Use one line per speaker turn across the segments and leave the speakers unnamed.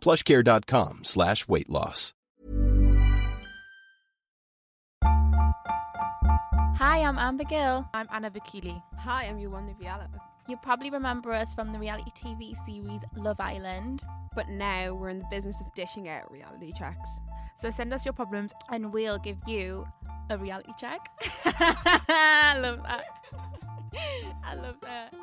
Plushcare.com slash weight loss.
Hi, I'm Amber Gill.
I'm Anna Vakili.
Hi, I'm Yolanda Viala.
You probably remember us from the reality TV series Love Island,
But now we're in the business of dishing out reality checks.
So send us your problems.
and we'll give you a reality check. I love that. I love that.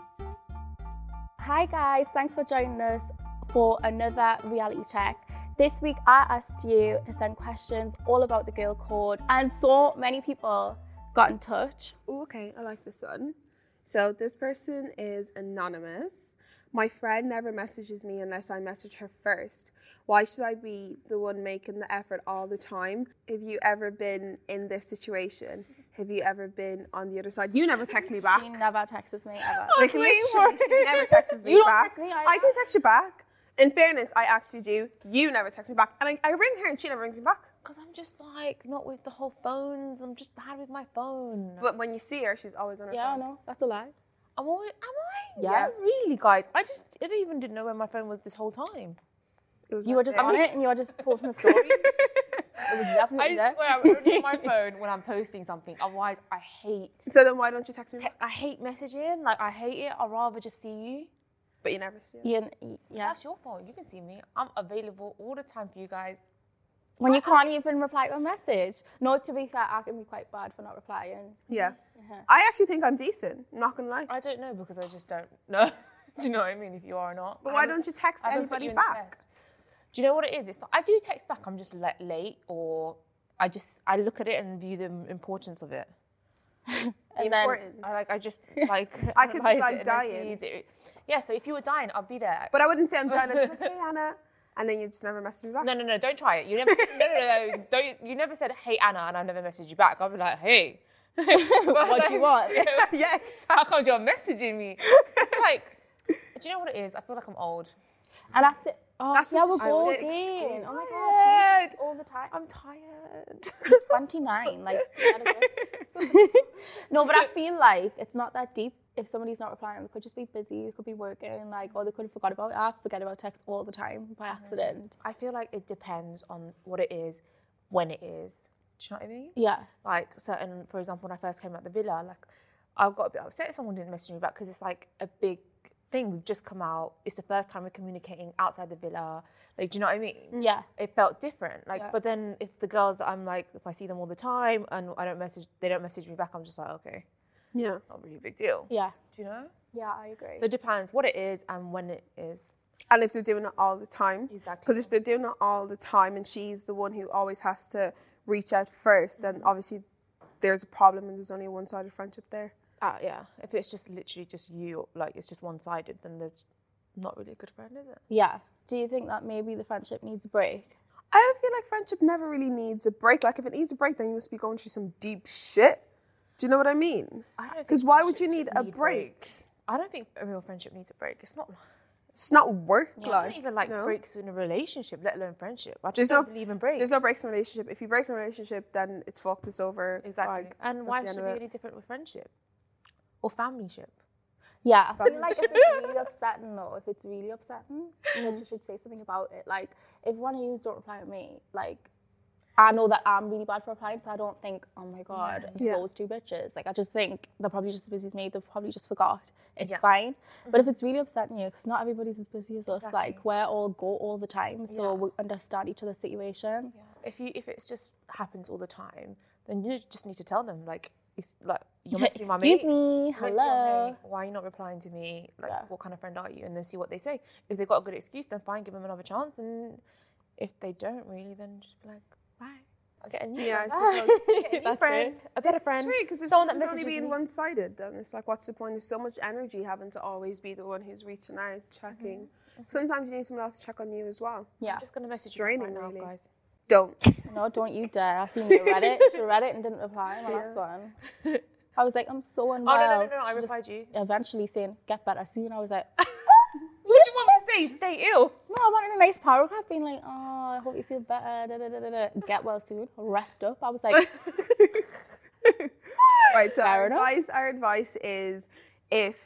Hi, guys. Thanks for joining us for another reality check. This week, I asked you to send questions all about the girl code, and so many people got in touch.
Oh, okay, I like this one. So this person is anonymous. My friend never messages me unless I message her first. Why should I be the one making the effort all the time? Have you ever been in this situation? Have you ever been on the other side? You never text me back.
She never texts me ever.
Like, literally, she never texts me
You don't
back.
text me either.
I do text you back. In fairness, I actually do. You never text me back. And I, I ring her and she never rings me back.
Because I'm just like not with the whole phones. I'm just bad with my phone.
But when you see her, she's always on her
Yeah, I
phone.
know. Oh, That's a lie.
I'm always, am I?
Yes.
Yeah, really, guys. I just, I didn't even didn't know where my phone was this whole time.
It was
You
right
were just
there.
on it and you were just posting a story. it was definitely there.
I swear, I'm only on my phone when I'm posting something. Otherwise, I hate,
So then why don't you text me? back?
I hate messaging. Like, I hate it. I'd rather just see you.
But you never see. It.
You, yeah.
That's your fault. You can see me. I'm available all the time for you guys.
When you can't even reply to a message. No, to be fair, I can be quite bad for not replying.
Yeah. I actually think I'm decent. I'm not gonna lie.
I don't know because I just don't know. Do you know what I mean? If you are or not.
But
I
why
haven't-
don't you text
I haven't put
anybody
you in the
back?
test. Do you know what it is? It's not, I do text back. I'm just like late, or I just I look at it and view the importance of it.
And
Important.
I like I just like
I could be,
analyse
like,
it and I
dying.
see it. Yeah. So if you were dying, I'd be there.
but I wouldn't say I'm dying. I'd just be like, hey Anna, and then you just never message me back.
no, no, no! Don't try it. You never, no, no, no, don't. You never said, "Hey Anna," and I never messaged you back. I'd be like, "Hey,
What do you want?
Yeah,
How
exactly.
come you're messaging me?" like, do you know what it is? I feel like I'm old.
And I think, oh,
That's
yeah,
such
we're
a good
golden.
excuse.
Oh my god, she does it all the time.
I'm tired.
29. Like, no, but I feel like it's not that deep. If somebody's not replying, they could just be busy, they could be working, like, or they could have forgot about it. I forget about text all the time by accident.
I feel like it depends on what it is, when it is. Do you know what I mean?
Yeah.
like certain for example when i first came out the villa like i got a bit upset if someone didn't message me back because it's like a big thing we've just come out it's the first time we're communicating outside the villa like do you know what i mean
Yeah.
it felt different like but then if the girls i'm like if i see them all the time and i don't message they don't message me back i'm just like okay
Yeah.
it's not really a big deal
Yeah.
do you know
Yeah, I agree.
so it depends what it is and when it is
And if they're doing it all the time,
Exactly.
Because if they're doing it all the time, and she's the one who always has to reach out 1st
Mm-hmm.
then obviously there's a problem, and there's only a one-sided friendship there.
uh, yeah if it's just literally just you like it's just one-sided then there's not really a good friend is it
yeah. Do you think that maybe the friendship needs a break?
I don't feel like friendship never really needs a break. Like if it needs a break, then you must be going through some deep shit. Do you know what I mean?
I don't think
Because why would you need
friendships
a
need
break?
breaks. I don't think a real friendship needs a break. It's not.
It's not work
I
like.
don't even like
you know?
breaks in a relationship, let alone friendship. I
There's
just
no
don't believe in breaks.
There's no breaks in a relationship. If you break in a relationship, then it's fucked. It's over.
exactly.
like,
and
that's
why
the
should
end
it
of
be
it.
any different with friendship or familyship?
Yeah, I feel
But-
like if it's really upsetting though, if it's really upsetting, then you should say something about it. Like if one of you don't reply to me, like I know that I'm really bad for replying, so I don't think, oh my god,
Yeah.
those two bitches. Like I just think they're probably just as busy as me. They probably just forgot. It's fine. But if
Mm-hmm.
it's really upsetting you, because not everybody's as busy as us. Like we're all go all the time, so we understand each other's situation.
If you if it's just happens all the time, then you just need to tell them like it's like you're meant to be my mate.
Excuse me,
You're meant to be my
hello.
mate. Why are you not replying to me? Like, what kind of friend are you? And then see what they say. If they've got a good excuse, then fine, give them another chance. And if they don't really, then just be like, bye. I'll get a new
Yeah, I
one.
suppose.
a new friend, a better friend.
because if
someone that
someone's only
messages
being
me.
one-sided, then it's like, what's the point? There's so much energy having to always be the one who's reaching
Mm-hmm.
out, checking. Sometimes you need someone else to check on you as well.
Yeah.
I'm just gonna message
Straining,
you right now,
really.
guys.
Don't.
No, don't you dare. I seen you read it. She read it and didn't reply. My last one. I was like, I'm so unwell.
Oh, no, no, no, no. I
She just
replied you.
Eventually saying, get better soon. I was like,
What do you want me to say? Stay ill.
no, I wanted a nice paragraph being like, oh, I hope you feel better. Da, da, da, da, da. Get well soon. Rest up. I was like,
Right, so
Fair
our
enough.
advice, our advice is if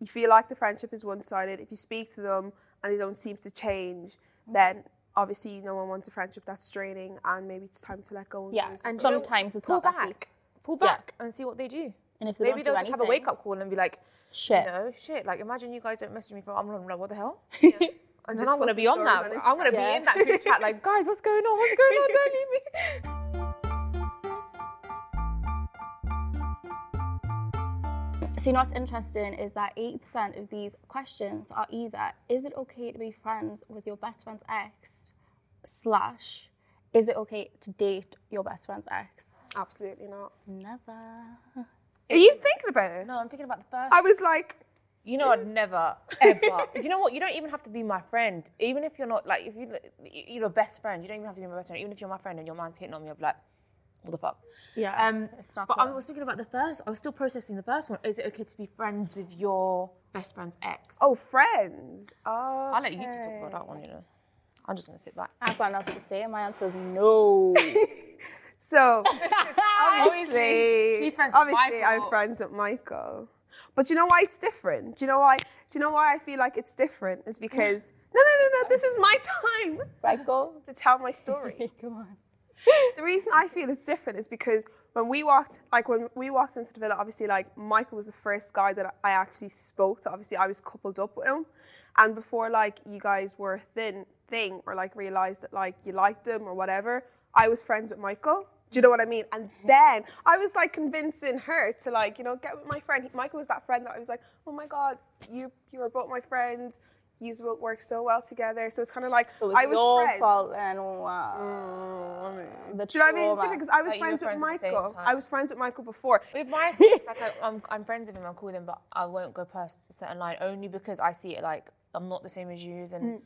you feel like the friendship is one sided, if you speak to them and they don't seem to change,
Mm.
then obviously no one wants a friendship that's straining and maybe it's time to let go.
yeah.
lose it.
And sometimes it's
Pull
not that deep.
back. Pull back and see what they do.
And if they
Maybe
don't
they'll
do
just have a
anything-
wake up call and be like,
Shit.
you know, shit. Like, imagine you guys don't message me from I'm gonna be like, what the hell? And then
Just
I'm gonna
post
be
the
on
stories on
that. I'm gonna
Instagram.
be in that group chat like, guys, what's going on? What's going on? Don't leave me.
So, you know what's interesting is that 80% of these questions are either Is it okay to be friends with your best friend's ex? slash Is it okay to date your best friend's ex?
Absolutely not.
Never.
Are you thinking about it?
No, I'm thinking about the first.
I was like,
You know, I'd never, ever. you know what? You don't even have to be my friend. Even if you're not, like, if you, you're a best friend, you don't even have to be my best friend. Even if you're my friend and your man's hitting on me, I'd be like, what the fuck?
Yeah,
Um,
it's not
but I
cool.
was thinking about the first, I was still processing the first one. Is it okay to be friends with your best friend's ex?
oh, friends. Uh, Okay.
Oh,
I'll let you two talk about that one, you know. I'm just going to sit back.
I've got nothing to say. My answer is no.
So
Obviously.
obviously,
She's friends with
obviously,
Michael.
I'm friends with Michael. But you know why it's different? Do you know why? Do you know why I feel like it's different? It's because no, no, no, no. This is my time
right, go.
to tell my story.
Come on.
the reason I feel it's different is because when we walked, like when we walked into the villa, obviously, like Michael was the first guy that I actually spoke to. Obviously, I was coupled up with him, and before like you guys were a thin thing or like realized that like you liked him or whatever, I was friends with Michael. Do you know what I mean? And then I was like convincing her to like you know get with my friend. He- Michael was that friend that I was like, oh my god, you you are both my friends. You both work so well together. So it's kind of like
So it's
I was
your
friends. Mm.
fault and wow. The
Do you know what I mean? It's
trauma.
different because I was friends, with
Like, you were friends at the same
Michael.
time.
I was friends with Michael before.
With my ex, like I, I'm, I'm friends with him, I'm cool with him, but I won't go past a certain line only because I see it like I'm not the same as you, and
Mm.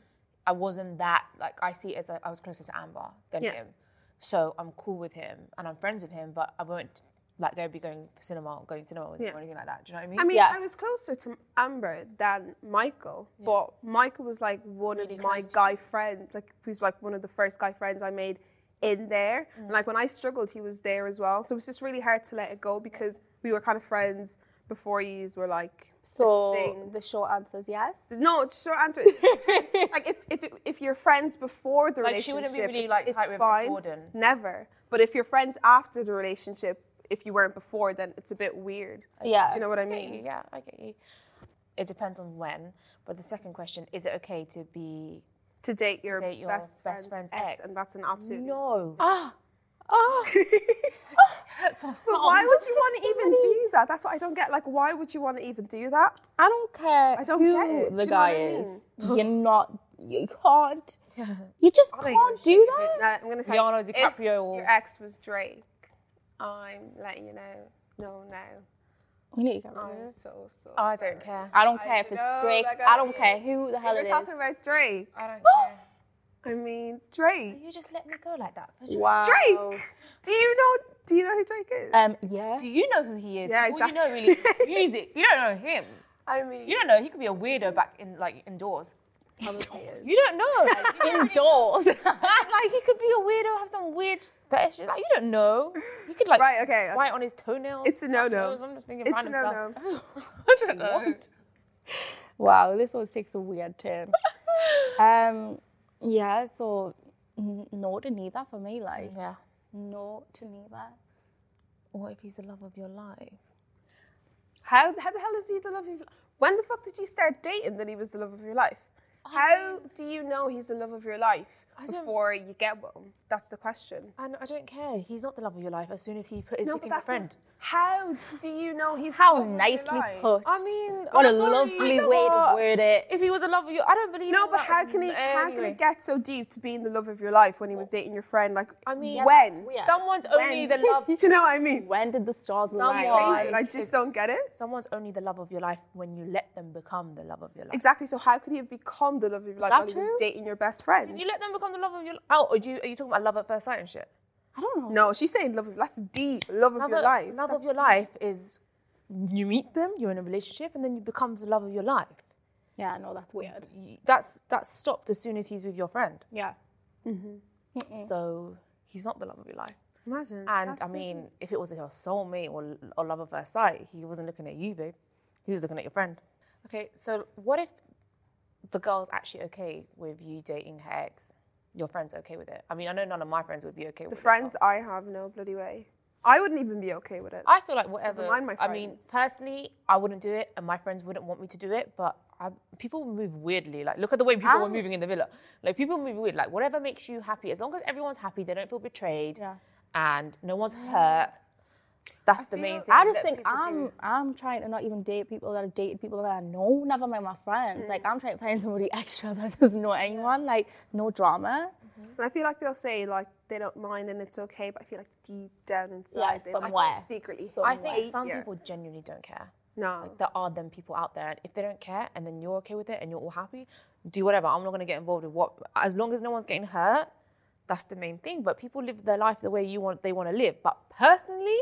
I wasn't that. Like I see it as like, I was closer to Amber than
Yeah.
him, so I'm cool with him and I'm friends with him, but I won't like go be going for cinema, or going to cinema with him
Yeah.
or anything like that. Do you know what I mean?
I mean,
Yeah.
I was closer to Amber than Michael, but Michael was like one of my guy friends, like who's like one of the first guy friends I made in there. And
Mm.
like when I struggled, he was there as well. So it was just really hard to let it go because we were kind of friends before you were like
So
thing.
the short answer is yes.
no. it's Short answer, is- like if if it- if you're friends before the
Like,
relationship,
she wouldn't be really,
it's,
like,
it's
tight with
fine.
Jordan.
Never. But if you're friends after the relationship, if you weren't before, then it's a bit weird.
Yeah.
Do you know what I
I get you,
mean?
yeah, I get you. It depends on when. But the second question is: It okay to be?
To date your,
Date your
best,
best
friend's,
friend's
ex,
ex.
and that's an absolute.
No.
Ah. Ah.
That's awesome.
But why would you want to even do that? That's what I don't get. Like, why would you want to even do that?
I don't care
I don't
who
get it.
the
Do you know
guy
what I
is. You're not. You can't. You just
don't
can't
give a
do
shit if
that.
Now, I'm gonna say
Leonardo
if
DiCaprio or-
your ex was Drake. I'm letting you know. No, no.
We need to get rid of
I'm
this.
so so.
I
sorry.
don't care.
I don't care if it's
know
Drake.
that
I
guy
don't
is-
care who the hell
We're
it
talking
is.
about Drake.
I don't care.
I mean, Drake.
You just let me go like that. for
Wow.
Drake. Do you know? Do you know who Drake is?
Um. Yeah.
Do you know who he is?
Yeah,
All you know really is music. You don't know him.
I mean,
You don't know. He could be a weirdo back in like indoors.
probably is.
You don't know. Like, you don't
Indoors.
really- like, he could be a weirdo, have some weird fetish. Like you don't know. You could like
Right, okay, okay.
bite on his toenails.
It's a no-no.
His nose. I'm just thinking
It's a no
random stuff.
no.
I don't know.
Wow, this always takes a weird turn. um, yeah, so n- no to neither for me, like
Yeah.
no to neither.
What if he's the love of your life?
How, how the hell is he the love of your life? When the fuck did you start dating that he was the love of your life? How do you know he's the love of your life
don't-
before you get with him? That's the question.
And I don't care. He's not the love of your life. As soon as he put his
No,
dick
but
in your
that's
friend.
not- how do you know he's the
How
love of your
nicely
life?
put.
I mean,
what a
I'm sorry,
lovely
you know
way to
what?
word it.
If he was a love of you, I don't believe.
No,
all
but
that.
how can he? How can
Anyway.
it get so deep to being the love of your life when he was dating your friend? Like,
I mean,
when?
weird.
someone's only the love.
Do you know what I mean?
When did the stars
Someone-
align?
Crazy, I just don't get it.
Someone's only the love of your life when you let them become the love of your life.
Exactly. So how could he have become the love of your life
that
while he was
true?
dating your best friend?
You let them become become the love of your Oh, are you, are you talking about love at first sight and shit?
I don't know.
No, she's saying love of that's deep. Love of
Love
your
at-
life.
Love of
That's
your life is you meet them, you're in a relationship, and then you become the love of your life.
Yeah, no, that's weird.
You- That's that's stopped as soon as he's with your friend.
Yeah.
Mm.
So he's not the love of your life.
Imagine.
And
that's
I
so
mean, if it was your soulmate or, or love at first sight, he wasn't looking at you, babe. He was looking at your friend. Okay, so what if the girl's actually okay with you dating her ex? Your friend's okay with it. I mean, I know none of my friends would be okay with
The
it.
friends I have, no bloody way. I wouldn't even be okay with it.
I feel like whatever.
mind my
I mean,
friends.
personally, I wouldn't do it, and my friends wouldn't want me to do it. But I, people move weirdly. Like, look at the way people were moving in the villa. Like, people move weird. Like, whatever makes you happy. As long as everyone's happy, they don't feel betrayed,
Yeah.
and no one's hurt. That's the main thing.
I just
that
think
people
I'm
do.
I'm trying to not even date people that have dated people that I know, never mind my friends. Like
Mm.
I'm trying to find somebody extra that doesn't know anyone, like no drama.
And I feel like they'll say like they don't mind and it's okay, but I feel like deep down inside they
somewhere.
like secretly.
I think
hate
some
you.
people genuinely don't care.
no.
Like, there are them people out there, and if they don't care, and then you're okay with it, and you're all happy, do whatever. I'm not gonna get involved with what. As long as no one's getting hurt, that's the main thing. But people live their life the way you want they want to live. But personally,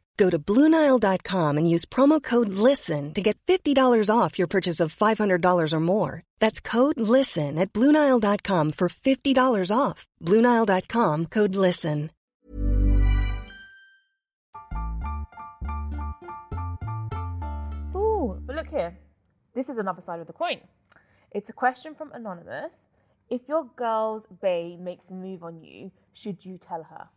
Go to BlueNile.com and use promo code LISTEN to get $50 off your purchase of $500 or more. That's code LISTEN at BlueNile.com for $50 off. BlueNile.com code LISTEN.
Ooh, but look here. This is another side of the coin. It's a question from anonymous. If your girl's bae makes a move on you, should you tell her?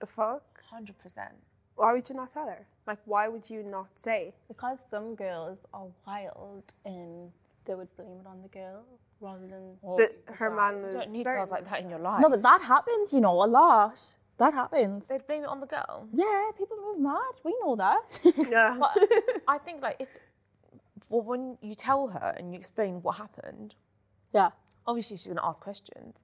the fuck?
Hundred percent.
Why would you not tell her? Like why would you not say?
Because some girls are wild and they would blame it on the girl rather than
That her man
You
was
don't
flirting
need girls like
with
that in
her.
your life.
No, but that happens, you know, a lot. That happens.
they'd blame it on the girl.
Yeah, people move mad. We know that.
Yeah.
But I think like if well when you tell her and you explain what happened,
yeah.
obviously she's gonna ask questions.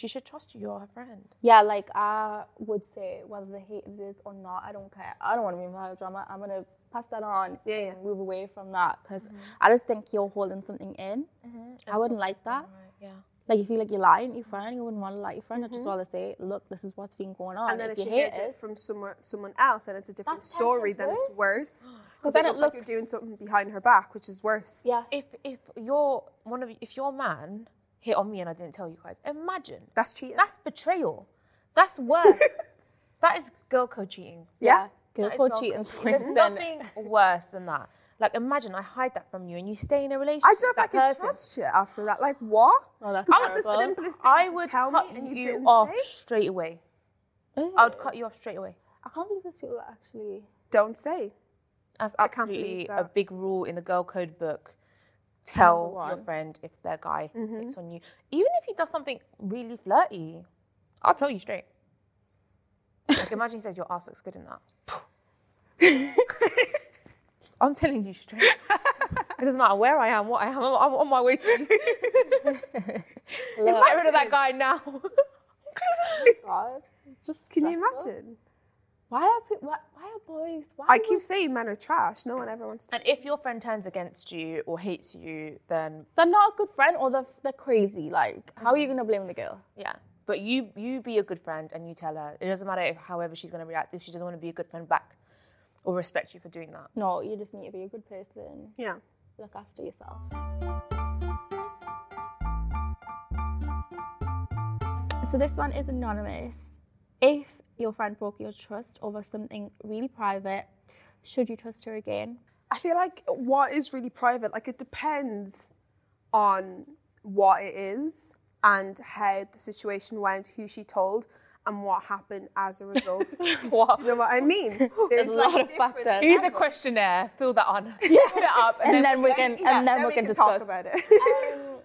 She should trust you. You're her friend.
Yeah, like I would say whether they hate this or not, I don't care. I don't want to be part of drama. I'm gonna pass that on
Yeah, Mm-hmm. yeah.
and move away from that because I just think you're holding something in.
Mm-hmm.
I wouldn't like that.
Yeah.
Like you feel like you're lying to your friend, you wouldn't want to lie to your friend. I just want to say, look, this is what's been going on.
Mm-hmm. and then
if
if
you
she
hate
hears it
us-
from somewhere, someone else and it's a different
That's ten
story,
times
then it's worse. Because
then
then
it
it looks like you're
looks-
doing something behind her back, which is worse.
yeah,
If if your one of if your man hit on me and I didn't tell you guys, imagine
That's cheating.
that's betrayal. That's worse. that is girl code cheating.
yeah.
girl
That is
code
girl
cheating is
code There's
worse than
nothing worse than that. Like imagine I hide that from you and you stay in a relationship.
I don't know if I
with that
could
person. Oh,
trust you after that. Like what?
No, that's
'Cause that's the
terrible.
simplest thing
I
to
would
tell
cut
me, and you,
you,
didn't
off
say.
straight away.
Ew.
I would cut you off straight away.
I can't believe there's people that actually.
Don't say.
That's
can't
absolutely
believe
a
that.
big rule in the girl code book. Tell your
one.
friend if their guy
Mm-hmm.
hits on you, even if he does something really flirty. I'll tell you straight. Like imagine he says your ass looks good in that. I'm telling you straight. It doesn't matter where I am, what I am. I'm, I'm on my way to you. Get rid of that guy now.
God, just
Can you
stressful.
imagine?
Why are pe- why, why are boys? Why
I
would-
keep saying men are trash. No one ever wants to.
and if your friend turns against you or hates you, then
they're not a good friend or they're, they're crazy. Like, how are you gonna blame the girl?
Yeah. But you you be a good friend and you tell her. It doesn't matter if, however she's going to react. If she doesn't want to be a good friend back or respect you for doing that.
No, you just need to be a good person.
Yeah.
Look after yourself. So this one is anonymous. If your friend broke your trust over something really private, should you trust her again?
I feel like what is really private, like it depends on what it is and how the situation went, who she told, and what happened as a result. Do you know what I mean? There's,
There's a lot of
different-
factors.
Here's a questionnaire. Fill that on. Yeah. Fill it up.
And then we can
Yeah,
and then we can
talk
discuss.
about it.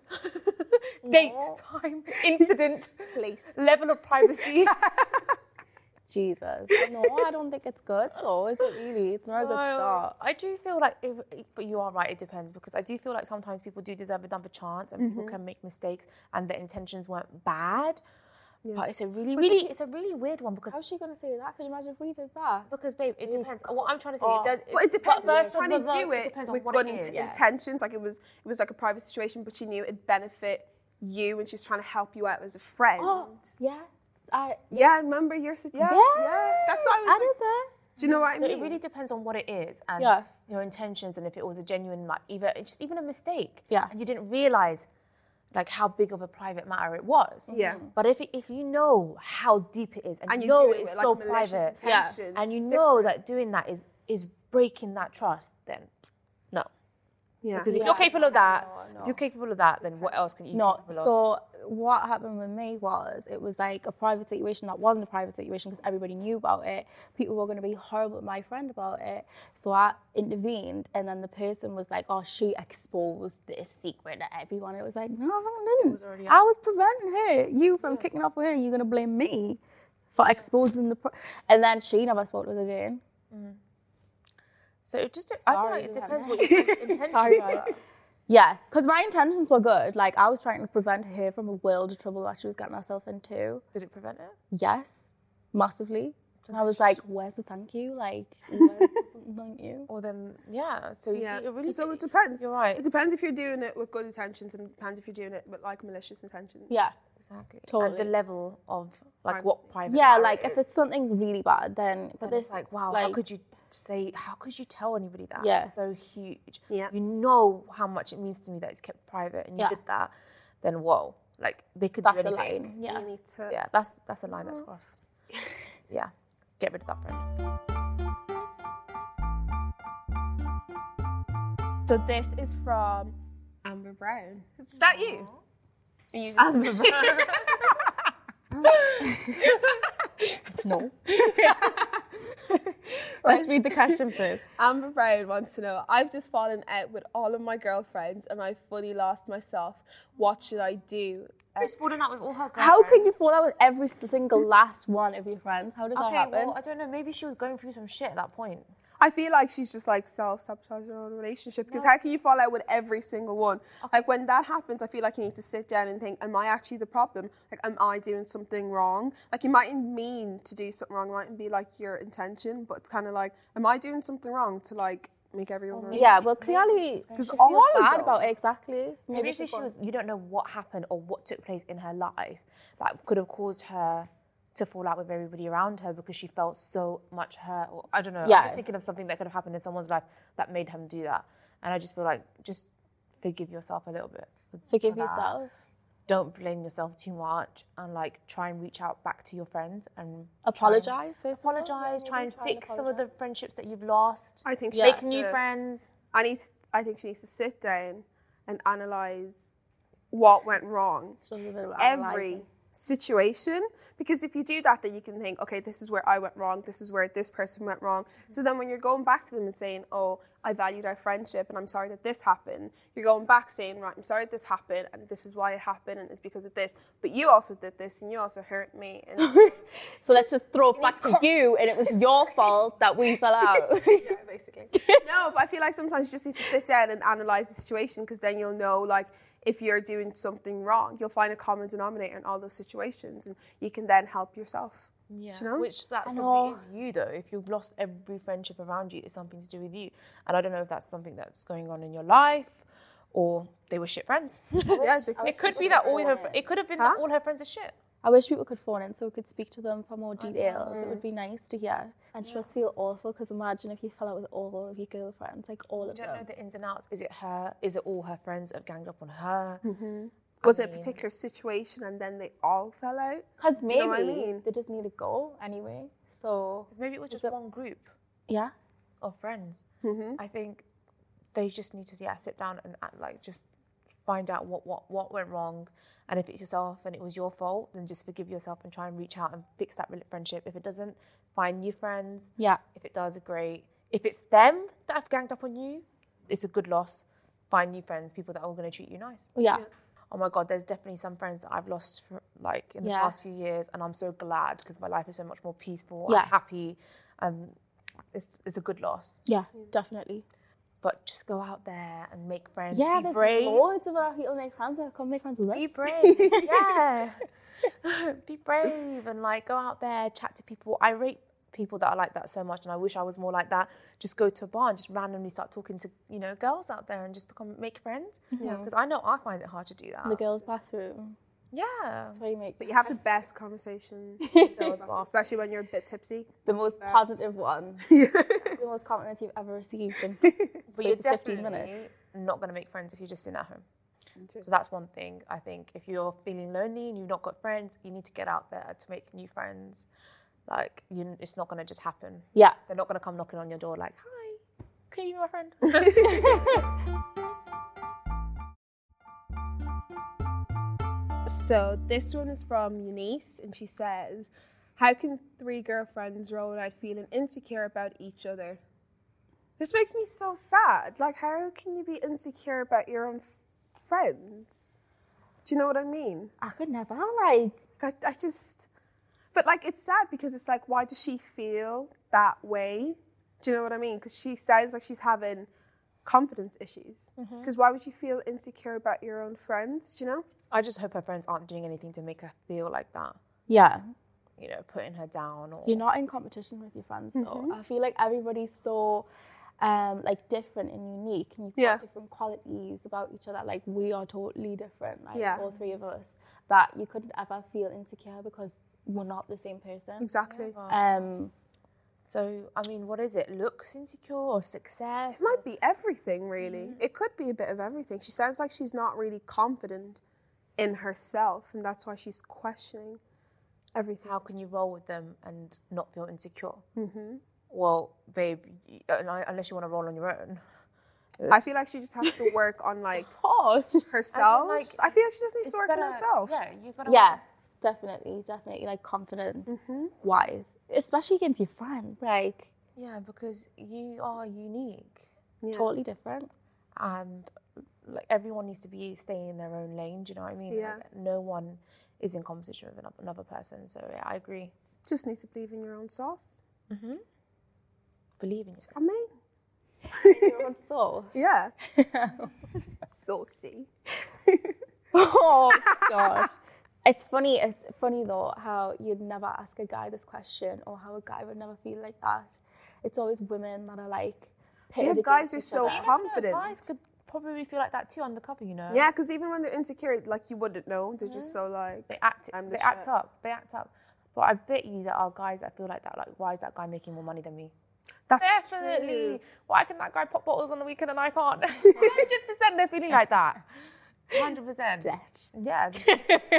date, time, incident,
Place.
level of privacy.
Jesus. No, I don't think it's good though. Is it really? It's not a good start.
I do feel like, if, but you are right. It depends because I do feel like sometimes people do deserve another chance, and people can make mistakes, and their intentions weren't bad. But it's a really, really, it's a really weird one because
How's she gonna say that? Could you imagine if we did that?
because, babe, it depends. Uh, What I'm trying to say, it, does,
But it depends.
But
But she
first
was trying
of
to
all,
do
it
it
depends on
with
what
good
it is.
int- intentions. Like it was, it was like a private situation, but she knew it'd benefit you, and she was trying to help you out as a friend.
Oh, yeah. I
Yeah, I remember your sit- yeah, yeah, That's why I was.
I
like,
did that.
do you know what I
So
mean?
it really depends on what it is and
Yeah.
your intentions and if it was a genuine like either it's just even a mistake.
Yeah.
And you didn't realise like how big of a private matter it was.
Yeah. Mhm.
But if it, if you know how deep it is and,
and you
know
do it
it's
with, like,
so
malicious
private
Yeah.
intentions,
and you
it's
know
different.
that doing that is is breaking that trust, then no.
Yeah.
Because if
Yeah.
you're capable of that,
No,
if
no.
you're capable of that, then what else can you be
No,
capable of?
so what happened with me was it was like a private situation that wasn't a private situation because everybody knew about it. People were going to be horrible with my friend about it. So I intervened, and then the person was like, Oh, she exposed this secret to everyone. It was like, No, I didn't. I was preventing her, you from kicking off with her, and you're going to blame me for exposing the. Pro-. And then she never spoke to us again.
Mm. So it just I feel
Sorry,
like it
you have
depends
no-
what your intentions
Sorry,
are.
guys. Yeah, because my intentions were good. Like, I was trying to prevent her from a world of trouble that she was getting herself into.
Did it prevent it?
yes, massively. And I was like, where's the thank you? Like, where- thank you.
Well then yeah. So you
Yeah.
see it really
so it depends.
You're right.
It depends if you're doing it with good intentions, and it depends if you're doing it with like malicious intentions.
Yeah.
Exactly. And the
Totally.
level of like what private.
Yeah,
matter
like if
it is.
it's something really bad, then but
Then it's
this
like wow, how could you say? How could you tell anybody that?
Yeah.
It's so huge.
Yeah.
You know how much it means to me that it's kept private, and you
Yeah.
did that. Then whoa, like they could
that's
do
a
anything.
line. Yeah.
You need to.
Yeah, that's that's a line that's crossed. yeah. Get rid of that friend.
So this is from Amber Brown. Is that you? Are you just-
No. Let's read the question first.
Amber Brown wants to know I've just fallen out with all of my girlfriends and I've fully lost myself. What should I do?
Who's falling out with all her girlfriends?
How could you fall out with every single last one of your friends? How does that
Okay,
happen?
well, I don't know. Maybe she was going through some shit at that point.
I feel like she's just like self sabotaging her own relationship because how can you fall out with every single one? Like when that happens, I feel like you need to sit down and think, am I actually the problem? Like, am I doing something wrong? Like, you mightn't mean to do something wrong, it mightn't be like your intention, but it's kind of like, am I doing something wrong to like make everyone really-
yeah, well, clearly,
Because
she
all
feels
of
bad
them.
about it, exactly.
Maybe
Maybe
if she
she's gone-
was, you don't know what happened or what took place in her life that could have caused her to fall out with everybody around her because she felt so much hurt. Or, I don't know. I'm
Yeah.
just thinking of something that could have happened in someone's life that made him do that. And I just feel like just forgive yourself a little bit. for- for
forgive
that.
yourself.
Don't blame yourself too much, and like try and reach out back to your friends and
Apologize, first of all.
apologize.
Yeah,
Try
maybe
and fix some of the friendships that you've lost.
I think she
make
has
new
to-
friends.
I need. to- I think she needs to sit down and analyze what went wrong
apologize. Just a bit of
every
analysing.
situation because if you do that then you can think okay this is where i went wrong this is where this person went wrong so then when you're going back to them and saying oh i valued our friendship and i'm sorry that this happened you're going back saying right i'm sorry this happened and this is why it happened and it's because of this but you also did this and you also hurt me and
So let's just throw it back to you, and it was your fault that we fell out.
yeah, basically. no, but I feel like sometimes you just need to sit down and analyze the situation because then you'll know like if you're doing something wrong, you'll find a common denominator in all those situations, and you can then help yourself.
Yeah.
you know? oh.
Which that
I
probably
know.
is you though. If you've lost every friendship around you, it's something to do with you. And I don't know if that's something that's going on in your life or they were shit friends.
they
it could be that all her fr- it could have been that all her friends are shit.
I wish people could phone in so we could speak to them for more details. It would be nice to hear. And she must feel awful because imagine if you fell out with all of your girlfriends, like all of
I don't know
them.
the ins and outs. Is it her? Is it all her friends have ganged up on her?
Hmm. Was it a particular situation, and then they all fell out?
Because
Do
maybe
you know what I mean?
they just need to go anyway. So
Maybe it was just one group
yeah,
of friends.
Mm-hmm.
I think they just need to yeah sit down and act like just find out what what what went wrong and if it's yourself and it was your fault then just forgive yourself and try and reach out and fix that rela- friendship if it doesn't find new friends
yeah,
if it does great if it's them that have ganged up on you it's a good loss find new friends people that are going to treat you nice
yeah.
oh my god, there's definitely some friends that I've lost fr- like in the
Yeah.
past few years, and I'm so glad because my life is so much more peaceful
Yeah.
and happy. Um, it's it's a good loss,
Yeah, definitely.
but just go out there and make friends.
Yeah,
be
there's
brave.
loads of our people make friends. Come make friends with us.
Be brave. yeah. be brave and like go out there, chat to people. I rate people that are like that so much and I wish I was more like that. Just go to a bar and just randomly start talking to, you know, girls out there and just become make friends. Because I know I find it hard to do that.
In Mm-hmm. the girls' bathroom.
yeah.
That's where you make
But you have the best conversation, especially when you're a bit tipsy.
the most positive one. the most compliments you've ever received in
But
space
you're
of
definitely
15 minutes.
not going to make friends if you're just sitting at home. So that's one thing I think. If you're feeling lonely and you've not got friends, you need to get out there to make new friends. Like, you, it's not going to just happen.
Yeah.
They're not going to come knocking on your door like, hi, can you be my friend?
So this one is from Eunice, and she says, "How can three girlfriends roll out feeling insecure about each other?"
This makes me so sad. Like, how can you be insecure about your own f- friends? Do you know what I mean?
I could never, like,
I, I just, but like it's sad because it's like, why does she feel that way? Do you know what I mean? Because she sounds like she's having confidence issues. Because
Mm-hmm.
why would you feel insecure about your own friends? Do you know?
I just hope her friends aren't doing anything to make her feel like that.
yeah.
You know, putting her down or
You're not in competition with your friends, though. I feel like everybody's so, um, like, different and unique. And you've
Yeah.
got different qualities about each other. Like, we are totally different, like,
Yeah.
all three of us, that you couldn't ever feel insecure because we're not the same person.
Exactly.
Um,
so. I mean, what is it? Looks insecure or success?
It might be everything, really.
Mm-hmm.
It could be a bit of everything. She sounds like she's not really confident in herself, and that's why she's questioning everything.
How can you roll with them and not feel insecure? Mm-hmm. Well, babe, you, un- unless you want to roll on your own.
I feel like she just has to work on like
gosh.
herself.
like,
I feel like she just needs
It's
to work
better-
on herself.
Yeah, you gotta.
Yeah, definitely, definitely. Like confidence wise, especially against your friend, like
Yeah, because you are unique,
totally different.
and like everyone needs to be staying in their own lane. Do you know what I mean?
Yeah.
Like, no one is in competition with another- another person. So yeah, I agree.
Just need to believe in your own sauce.
Believe in yourself.
I mean,
So,
yeah. Saucy.
oh gosh, it's funny. It's funny though how you'd never ask a guy this question, or how a guy would never feel like that. It's always women that are like. pitted
Yeah, guys
against
are
each
so
other.
confident.
Guys could probably feel like that too undercover. You know.
Yeah, because even when they're insecure, like you wouldn't know. They're just so
They
like,
act.
I'm the
they act
shit.
up. They act up. But I bet you there are guys that feel like that. Like, why is that guy making more money than me?
that's
Definitely.
true.
Why can that guy pop bottles on the weekend and I can't? Hundred percent, they're feeling like that. Hundred percent. Yeah. this-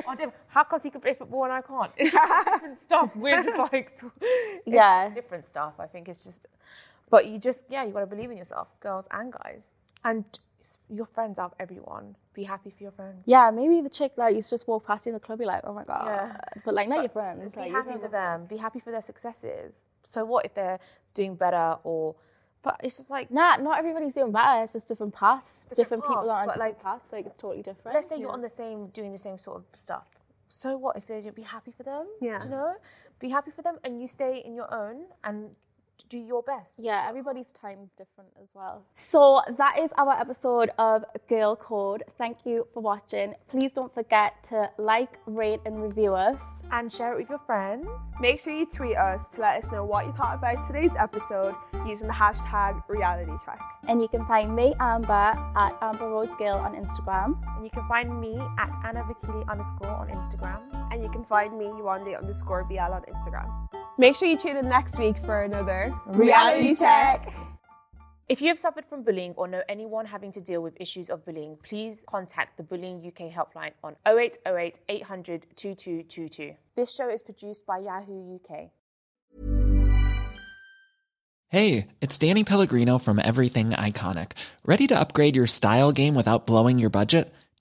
oh, damn, How comes he can play football and I can't? It's just different stuff. We're just like, t- it's
Yeah.
just different stuff. I think it's just, but you just yeah, you gotta believe in yourself, girls and guys, and your friends are everyone. Be happy for your friends.
Yeah, maybe the chick that used to just walk past you in the club, you're like, oh my god.
Yeah.
But like, not your friend.
Be
like, your
happy
friends
for
are-
them. Be happy for their successes. So what if they're doing better or? But it's just like
Nah, not everybody's doing better. It's just different paths. Different, people
paths,
are on
but,
different
like,
paths. Like it's totally different.
let's say you're on the same doing the same sort of stuff so what if they don't be happy for them
Yeah.
you know be happy for them and you stay in your own and do your best
Yeah, everybody's time's different as well. So that is our episode of Girl Code. Thank you for watching. Please don't forget to like, rate, and review us.
and share it with your friends
Make sure you tweet us to let us know what you thought about today's episode using the hashtag reality check.
And you can find me, Amber, at Amber Rose Gill on Instagram.
and you can find me at anna Vakili underscore on instagram
And you can find me, Yuande underscore BL on Instagram. Make sure you tune in next week for another reality check.
if you have suffered from bullying or know anyone having to deal with issues of bullying please contact the bullying uk helpline on 0808 800 2222 this show is produced by yahoo uk
Hey, it's Danny Pellegrino from Everything Iconic. Ready to upgrade your style game without blowing your budget?